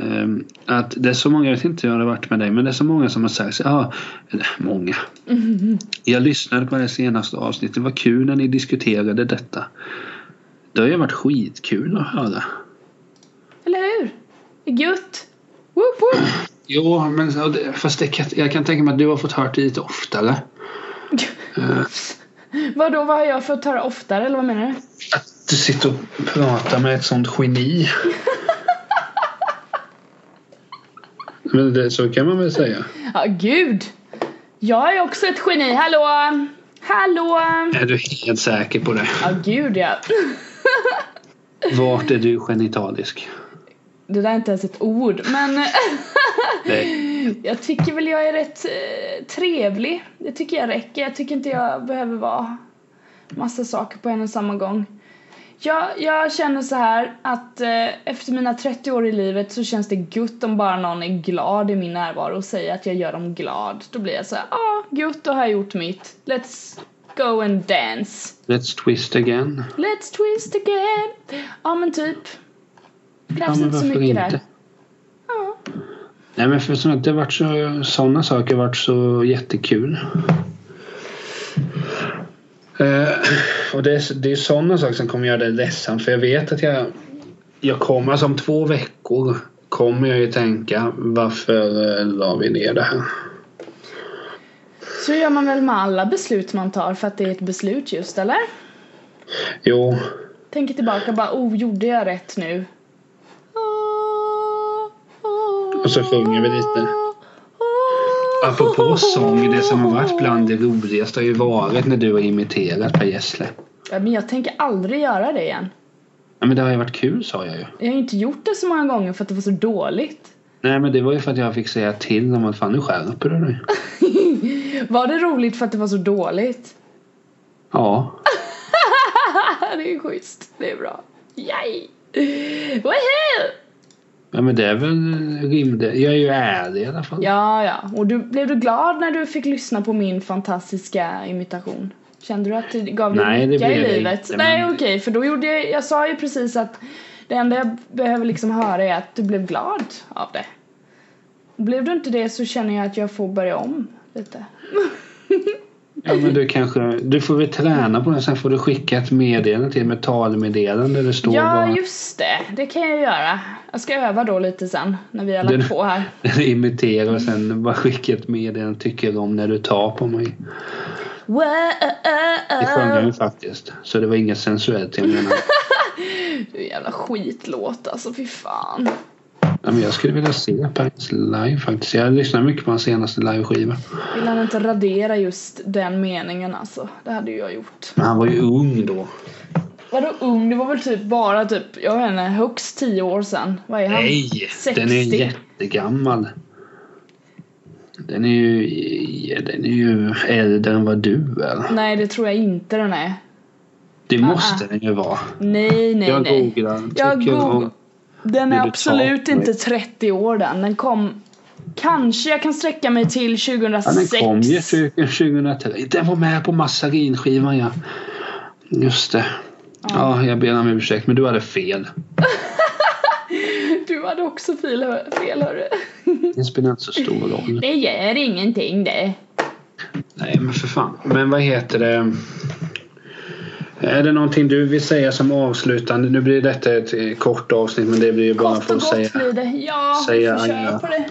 Speaker 1: Ehm, Att det är så många, jag vet inte hur det har varit med dig, men det är så många som har sagt ja, eller många. Jag lyssnade på det senaste avsnittet, det var kul när ni diskuterade detta. Det har ju varit skitkul att höra.
Speaker 2: Eller hur? Det är Gött. Woop woop.
Speaker 1: Jo, men så- det- fast det, kan- jag kan tänka mig att du har fått hört det lite oftare.
Speaker 2: Vadå, vad har jag fått höra oftare eller vad menar du?
Speaker 1: Du sitter och pratar med ett sånt geni. Men det, så kan man väl säga.
Speaker 2: Ja, gud. Jag är också ett geni, hallå! Hallå!
Speaker 1: Är du helt säker på det?
Speaker 2: Ja, gud ja.
Speaker 1: Vart är du genitalisk?
Speaker 2: Det där är inte ens ett ord, men eh,
Speaker 1: Nej.
Speaker 2: jag tycker väl jag är rätt eh, trevlig. Det tycker jag räcker. Jag tycker inte jag behöver vara massa saker på en och samma gång. Jag, jag känner så här att eh, efter mina 30 år i livet så känns det gutt om bara någon är glad i min närvaro och säger att jag gör dem glad. Då blir jag så här, ah, gutt, då har jag gjort mitt. Let's go and dance.
Speaker 1: Let's twist again.
Speaker 2: Let's twist again. Ja men typ. Krävs inte så mycket där. Ja.
Speaker 1: Nej men för som att det har varit så, sådana saker har varit så jättekul. Eh, och det är, det är sådana saker som kommer göra det ledsamt för jag vet att jag, jag kommer, alltså om två veckor kommer jag ju tänka varför eh, la vi ner det här?
Speaker 2: Så gör man väl med alla beslut man tar för att det är ett beslut just eller?
Speaker 1: Jo,
Speaker 2: Tänker tillbaka bara, oh gjorde jag rätt nu?
Speaker 1: Och så sjunger vi lite. apropå sång, det som har varit bland det roligaste har ju varit när du har imiterat Per Gessle.
Speaker 2: Ja, men jag tänker aldrig göra det igen.
Speaker 1: Ja, men det har ju varit kul sa jag ju.
Speaker 2: Jag har ju inte gjort det så många gånger för att det var så dåligt.
Speaker 1: Nej men det var ju för att jag fick säga till om att fan nu skärper du dig.
Speaker 2: Var det roligt för att det var så dåligt?
Speaker 1: Ja.
Speaker 2: det är schysst. Det är bra. Yay! Woohoo!
Speaker 1: Ja men det är väl rimligt. Jag är ju ärlig i alla fall.
Speaker 2: Ja, ja. Och du, blev du glad när du fick lyssna på min fantastiska imitation? Kände du att det gav dig
Speaker 1: Nej, det
Speaker 2: lycka
Speaker 1: blev
Speaker 2: i
Speaker 1: jag
Speaker 2: livet?
Speaker 1: inte,
Speaker 2: Nej,
Speaker 1: men-
Speaker 2: okej. för då gjorde jag... Jag sa ju precis att det enda jag behöver liksom höra är att du blev glad av det. Blev du inte det så känner jag att jag får börja om lite.
Speaker 1: Ja, men du kanske, du får väl träna på det sen får du skicka ett meddelande till med talmeddelande där det står
Speaker 2: ja,
Speaker 1: vad
Speaker 2: just det. Det kan jag göra. Jag ska öva då lite sen när vi har lagt
Speaker 1: Det-
Speaker 2: på här.
Speaker 1: imitera och sen bara skicka ett meddelande tycker du om när du tar på mig. Det sjöng jag ju faktiskt. Så det var inget sensuellt jag menar.
Speaker 2: Du jävla skitlåt alltså, fy fan.
Speaker 1: Ja, men jag skulle vilja se Paris live faktiskt. Jag lyssnar mycket på hans senaste liveskiva.
Speaker 2: Vill han inte radera just den meningen alltså? Det hade ju jag gjort.
Speaker 1: Men han var ju ung då.
Speaker 2: Vadå ung? Det var väl typ bara typ, jag vet inte, högst 10 år sedan. Vad är han?
Speaker 1: Nej, den är
Speaker 2: 60.
Speaker 1: jättegammal. Den är ju, ja, den är ju äldre än vad du är.
Speaker 2: Nej, det tror jag inte den är.
Speaker 1: Det måste den ju vara.
Speaker 2: Nej, nej,
Speaker 1: jag
Speaker 2: nej.
Speaker 1: googlar.
Speaker 2: Jag
Speaker 1: Tycker
Speaker 2: goog-
Speaker 1: om-
Speaker 2: Den
Speaker 1: Vill
Speaker 2: är
Speaker 1: du ta
Speaker 2: absolut
Speaker 1: mig?
Speaker 2: inte 30 år den. Den kom Kanske jag kan sträcka mig till
Speaker 1: Ja, den
Speaker 2: 2006.
Speaker 1: kom ju 2003. Den var med på massarinskivan ja. Just det. Ja, jag ber om ursäkt men du hade fel.
Speaker 2: Du hade också fel, fel hörru.
Speaker 1: Det spelar inte så stor roll.
Speaker 2: Det gör ingenting det.
Speaker 1: Nej men för fan. Men vad heter det? Är det någonting du vill säga som avslutande? Nu blir detta ett eh, kort avsnitt men det blir ju bara
Speaker 2: Kort
Speaker 1: för
Speaker 2: och
Speaker 1: att
Speaker 2: gott
Speaker 1: säga.
Speaker 2: blir det. Ja,
Speaker 1: säga
Speaker 2: vi får köra
Speaker 1: Agda.
Speaker 2: på det.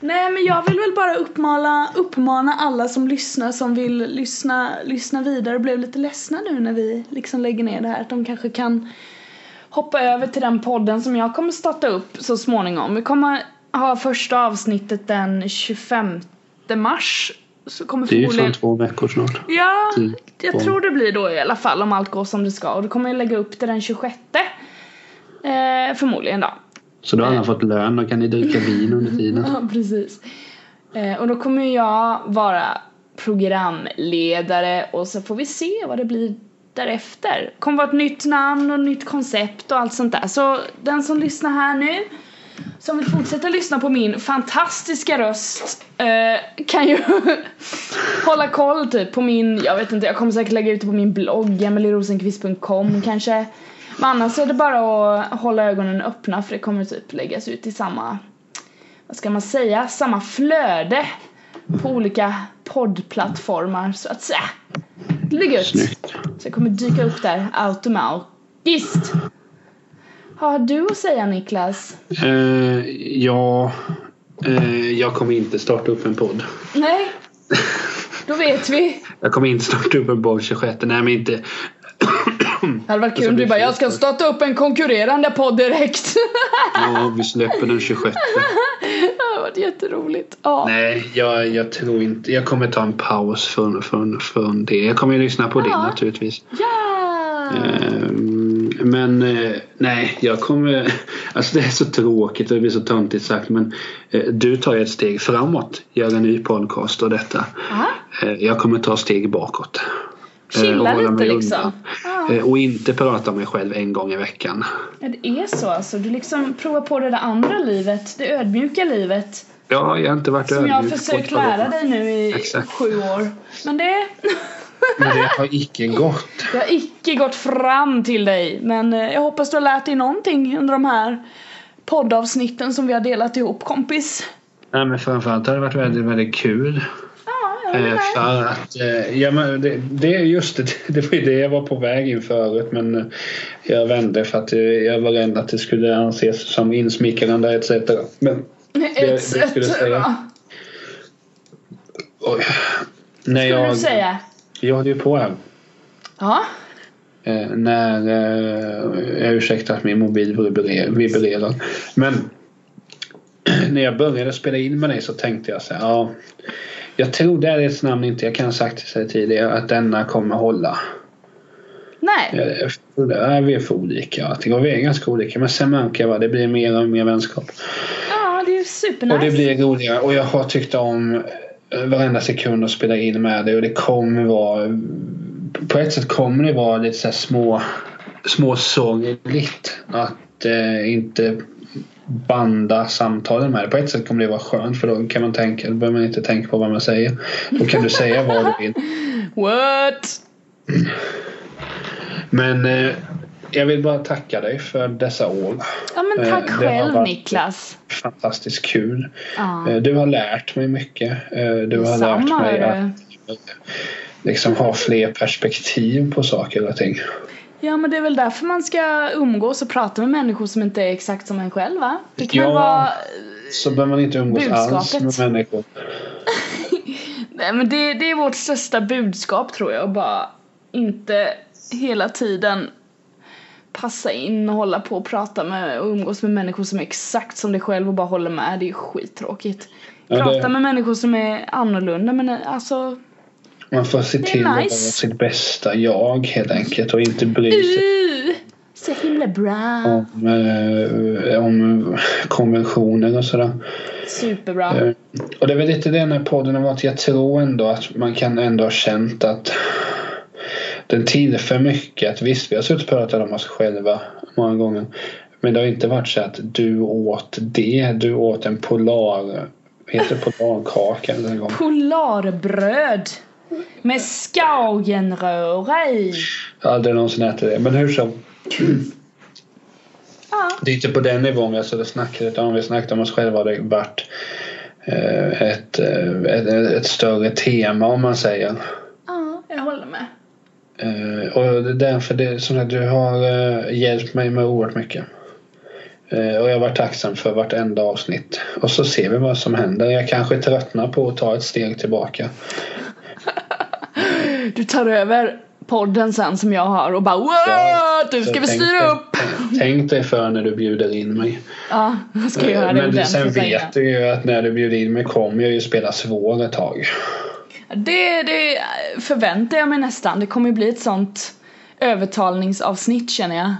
Speaker 2: Nej men jag vill väl bara uppmana, uppmana alla som lyssnar som vill lyssna, lyssna vidare och blev lite ledsna nu när vi liksom lägger ner det här. Att de kanske kan hoppa över till den podden som jag kommer starta upp så småningom. Vi kommer ha första avsnittet den 25 mars. Så kommer
Speaker 1: Det är ju
Speaker 2: förmodligen-
Speaker 1: fan två veckor snart.
Speaker 2: Ja,
Speaker 1: Mm.
Speaker 2: jag
Speaker 1: Bra.
Speaker 2: tror det blir då i alla fall om allt går som det ska. Och då kommer jag lägga upp det den 26. Eh, förmodligen då.
Speaker 1: Så då har alla fått lön och kan ni dricka vin under tiden.
Speaker 2: Ja, precis. Eh, och då kommer jag vara programledare och så får vi se vad det blir därefter. kommer vara ett nytt namn och nytt koncept och allt sånt där. Så den som lyssnar här nu som vill fortsätta lyssna på min fantastiska röst eh, kan ju hålla koll typ på min, jag vet inte, jag kommer säkert lägga ut det på min blogg, emilierosenqvist.com kanske. Men annars är det bara att hålla ögonen öppna för det kommer typ läggas ut i samma vad ska man säga, samma flöde på olika poddplattformar så att säga. Det blir gött.
Speaker 1: Snyggt.
Speaker 2: Så jag kommer dyka upp där automatiskt. Har du att säga Niklas?
Speaker 1: Eh, ja, eh, jag kommer inte starta upp en podd.
Speaker 2: Nej, då vet vi.
Speaker 1: Jag kommer inte starta upp en podd 26. Nej men inte.
Speaker 2: Det hade varit kul
Speaker 1: Alltså,
Speaker 2: om du
Speaker 1: det
Speaker 2: bara,
Speaker 1: finns
Speaker 2: jag ska
Speaker 1: det.
Speaker 2: starta upp en konkurrerande podd direkt.
Speaker 1: Ja, vi släpper den 26.
Speaker 2: det hade varit jätteroligt. Ja.
Speaker 1: Nej, jag, jag tror inte. Jag kommer ta en paus från, från, från det. Jag kommer ju lyssna på det
Speaker 2: Ja.
Speaker 1: naturligtvis.
Speaker 2: Ja!
Speaker 1: Ehm, Men eh, nej, jag kommer... Alltså det är så tråkigt och det blir så töntigt sagt men eh, du tar ju ett steg framåt, gör en ny podcast och detta.
Speaker 2: Aha,
Speaker 1: Eh, Jag kommer ta steg bakåt. Eh, och
Speaker 2: Chilla
Speaker 1: hålla
Speaker 2: lite
Speaker 1: mig
Speaker 2: liksom.
Speaker 1: undan.
Speaker 2: Ja.
Speaker 1: Eh, Och inte prata om mig själv en gång i veckan.
Speaker 2: Ja, Det är så alltså. Du liksom provar på det där andra livet, det ödmjuka livet.
Speaker 1: Ja, jag har inte varit
Speaker 2: Som jag har
Speaker 1: ödmjuk på ett
Speaker 2: försökt
Speaker 1: par år.
Speaker 2: lära dig nu i
Speaker 1: Exakt.
Speaker 2: sju år. Men det...
Speaker 1: Men det har icke gått.
Speaker 2: Jag har icke gått fram till dig. Men eh, jag hoppas du har lärt dig någonting under de här poddavsnitten som vi har delat ihop kompis.
Speaker 1: Nej, men framförallt har det varit väldigt, väldigt kul.
Speaker 2: Ja, jag håller
Speaker 1: Eh,
Speaker 2: med.
Speaker 1: för att, eh, ja, men det, det är just det, det var ju det jag var på väg in förut men eh, jag vände för att eh, jag var rädd att det skulle anses som insmickrande etc. Men det
Speaker 2: Ett
Speaker 1: skulle jag
Speaker 2: sätt,
Speaker 1: säga.
Speaker 2: va?
Speaker 1: oj, när
Speaker 2: Skulle du
Speaker 1: jag,
Speaker 2: säga?
Speaker 1: jag höll ju på här
Speaker 2: Ja.
Speaker 1: eh, när, eh, jag ursäktar att min mobil vibrerar, vibrerar. men när jag började spela in med dig så tänkte jag så här, ja, jag tror det är ett namn inte jag kan ha sagt till dig tidigare att denna kommer hålla.
Speaker 2: Nej.
Speaker 1: Eh, Nej, vi är för olika. Jag tycker vi är ganska olika. Men sen märker jag att det blir mer och mer vänskap.
Speaker 2: Ja, det är ju
Speaker 1: Och det
Speaker 2: supernice.
Speaker 1: blir roligare. Och jag har tyckt om eh, varenda sekund att spela in med det. Och det kommer vara... På ett sätt kommer det vara lite så här små, små sorgligt att eh, inte banda samtalen med det. På ett sätt kommer det vara skönt för då kan man tänka, då behöver man inte tänka på vad man säger. Då kan du säga vad du vill.
Speaker 2: What?
Speaker 1: Men eh, jag vill bara tacka dig för dessa år.
Speaker 2: Ja men
Speaker 1: Eh,
Speaker 2: tack
Speaker 1: det har
Speaker 2: själv
Speaker 1: varit-
Speaker 2: Niklas.
Speaker 1: fantastiskt kul.
Speaker 2: Ja.
Speaker 1: Eh, Du har lärt mig mycket. Eh, Du har lärt
Speaker 2: Detsamma
Speaker 1: mig att
Speaker 2: hörru.
Speaker 1: liksom ha fler perspektiv på saker och ting.
Speaker 2: Ja men det är väl därför man ska umgås och prata med människor som inte är exakt som en själv va? Det kan
Speaker 1: Ja.
Speaker 2: väl vara
Speaker 1: Så behöver man inte umgås alls
Speaker 2: Budskapet.
Speaker 1: med människor.
Speaker 2: Nej men det, det är vårt största budskap tror jag. Bara inte hela tiden passa in och hålla på och prata med och umgås med människor som är exakt som dig själv och bara håller med. Det är skittråkigt.
Speaker 1: Ja, det-
Speaker 2: Prata med människor som är annorlunda men alltså
Speaker 1: Man får se
Speaker 2: är
Speaker 1: till att vara
Speaker 2: nice.
Speaker 1: sitt bästa jag helt enkelt och inte bry sig
Speaker 2: uh, så himla bra.
Speaker 1: om, eh, om konventioner och sådär.
Speaker 2: Superbra.
Speaker 1: Eh, Och det är väl lite det den här podden har varit. Jag tror ändå att man kan ändå ha känt att den tillför mycket. Att visst, vi har suttit och pratat om oss själva många gånger. Men det har inte varit så att du åt det. Du åt en polar Heter det polarkaka eller något?
Speaker 2: Polarbröd med skagenröra i.
Speaker 1: Aldrig någonsin ätit det. Men hur som.
Speaker 2: Ja.
Speaker 1: Det är inte på den nivån vi alltså snackar utan om vi snackar om oss själva hade det varit eh, ett, eh, ett, ett större tema om man säger.
Speaker 2: Ja, jag håller med.
Speaker 1: Eh, och det är därför det, som sagt, du har eh, hjälpt mig med oerhört mycket. Eh, och jag var tacksam för vartenda avsnitt. Och så ser vi vad som händer. Jag kanske tröttnar på att ta ett steg tillbaka.
Speaker 2: Du tar över podden sen som jag har och bara wow, du
Speaker 1: Så
Speaker 2: ska vi
Speaker 1: tänk
Speaker 2: styra
Speaker 1: dig-
Speaker 2: upp.
Speaker 1: Tänk dig för när du bjuder in mig.
Speaker 2: Ja, jag ska göra det
Speaker 1: Eh, Men sen
Speaker 2: ordentligt
Speaker 1: vet du ju att när du bjuder in mig kommer jag ju spela svår ett tag.
Speaker 2: Det, det förväntar jag mig nästan. Det kommer ju bli ett sånt övertalningsavsnitt känner jag.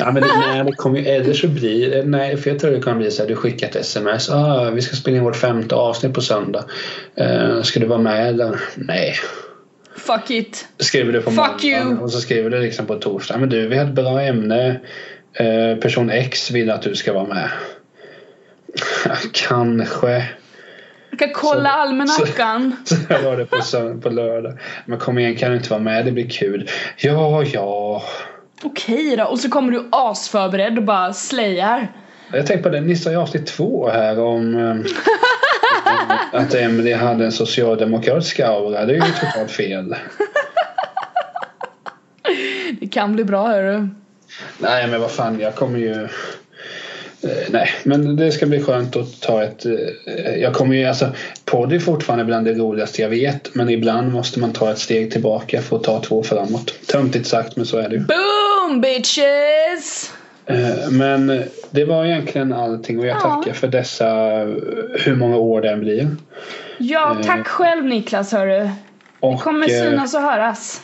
Speaker 1: Ja, men det, nej, det kommer, ju- eller så blir nej, för jag tror det kommer bli så här, du skickar ett sms. Ah, vi ska spela in vårt femte avsnitt på söndag. Eh, ska du vara med eller? Nej.
Speaker 2: Fuck it.
Speaker 1: Skriver du på
Speaker 2: Fuck
Speaker 1: måndagen
Speaker 2: you.
Speaker 1: och så skriver du liksom på torsdag. Men du, vi har ett bra ämne. Eh, person X vill att du ska vara med. Kanske.
Speaker 2: Jag kan kolla
Speaker 1: Så-
Speaker 2: almanackan.
Speaker 1: Så jag var det på, sö- på lördag. Men kom igen, kan du inte vara med? Det blir kul. Ja, ja.
Speaker 2: Okej då. Och så kommer du asförberedd och bara slayar.
Speaker 1: Jag tänkte på det, Nissa i avsnitt två här om eh, att Emily hade en socialdemokratisk aura. Det är ju totalt fel.
Speaker 2: Det kan bli bra hörru.
Speaker 1: Nej, men vad fan, jag kommer ju... Eh, Nej, men det ska bli skönt att ta ett... eh, Jag kommer ju, alltså, podd är fortfarande bland det roligaste jag vet, men ibland måste man ta ett steg tillbaka för att ta två framåt. Töntigt sagt, men så är det ju.
Speaker 2: Boom bitches!
Speaker 1: Eh, Men det var egentligen allting och jag
Speaker 2: Ja.
Speaker 1: tackar för dessa, eh, hur många år det än blir.
Speaker 2: Ja,
Speaker 1: Eh.
Speaker 2: tack själv Niklas hörru.
Speaker 1: Och,
Speaker 2: Kommer
Speaker 1: eh,
Speaker 2: synas och höras.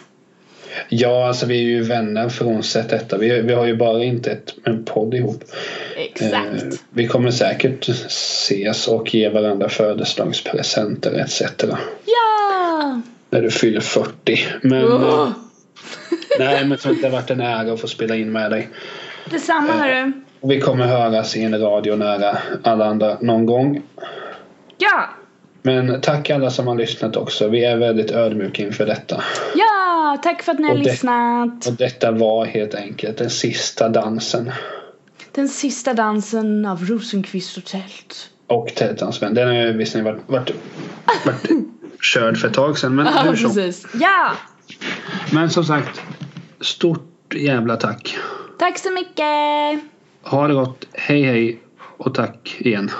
Speaker 1: Ja, alltså vi är ju vänner frånsett detta. Vi, vi har ju bara inte ett, en podd ihop. Eh,
Speaker 2: Exakt.
Speaker 1: vi kommer säkert ses och ge varandra födelsedagspresenter etc.
Speaker 2: Ja!
Speaker 1: När du fyller 40. Men, eh,
Speaker 2: Oh,
Speaker 1: nej, men tror inte det har varit en ära att få spela in med dig.
Speaker 2: detsamma hörru.
Speaker 1: Och vi kommer höras i en radio nära alla andra någon gång.
Speaker 2: Ja!
Speaker 1: Men tack alla som har lyssnat också. Vi är väldigt ödmjuka inför detta.
Speaker 2: Ja! Tack för att ni har
Speaker 1: Och det-
Speaker 2: lyssnat.
Speaker 1: Och detta var helt enkelt den sista dansen.
Speaker 2: Den sista dansen av Rosenqvist och tält.
Speaker 1: Och Tältans vän. Den har ju visserligen varit, varit, varit körd för ett tag sedan. Men,
Speaker 2: Ja,
Speaker 1: hur som.
Speaker 2: precis. Ja!
Speaker 1: men som sagt, stort jävla tack.
Speaker 2: Tack så mycket!
Speaker 1: Ha det gott. Hej hej och tack igen.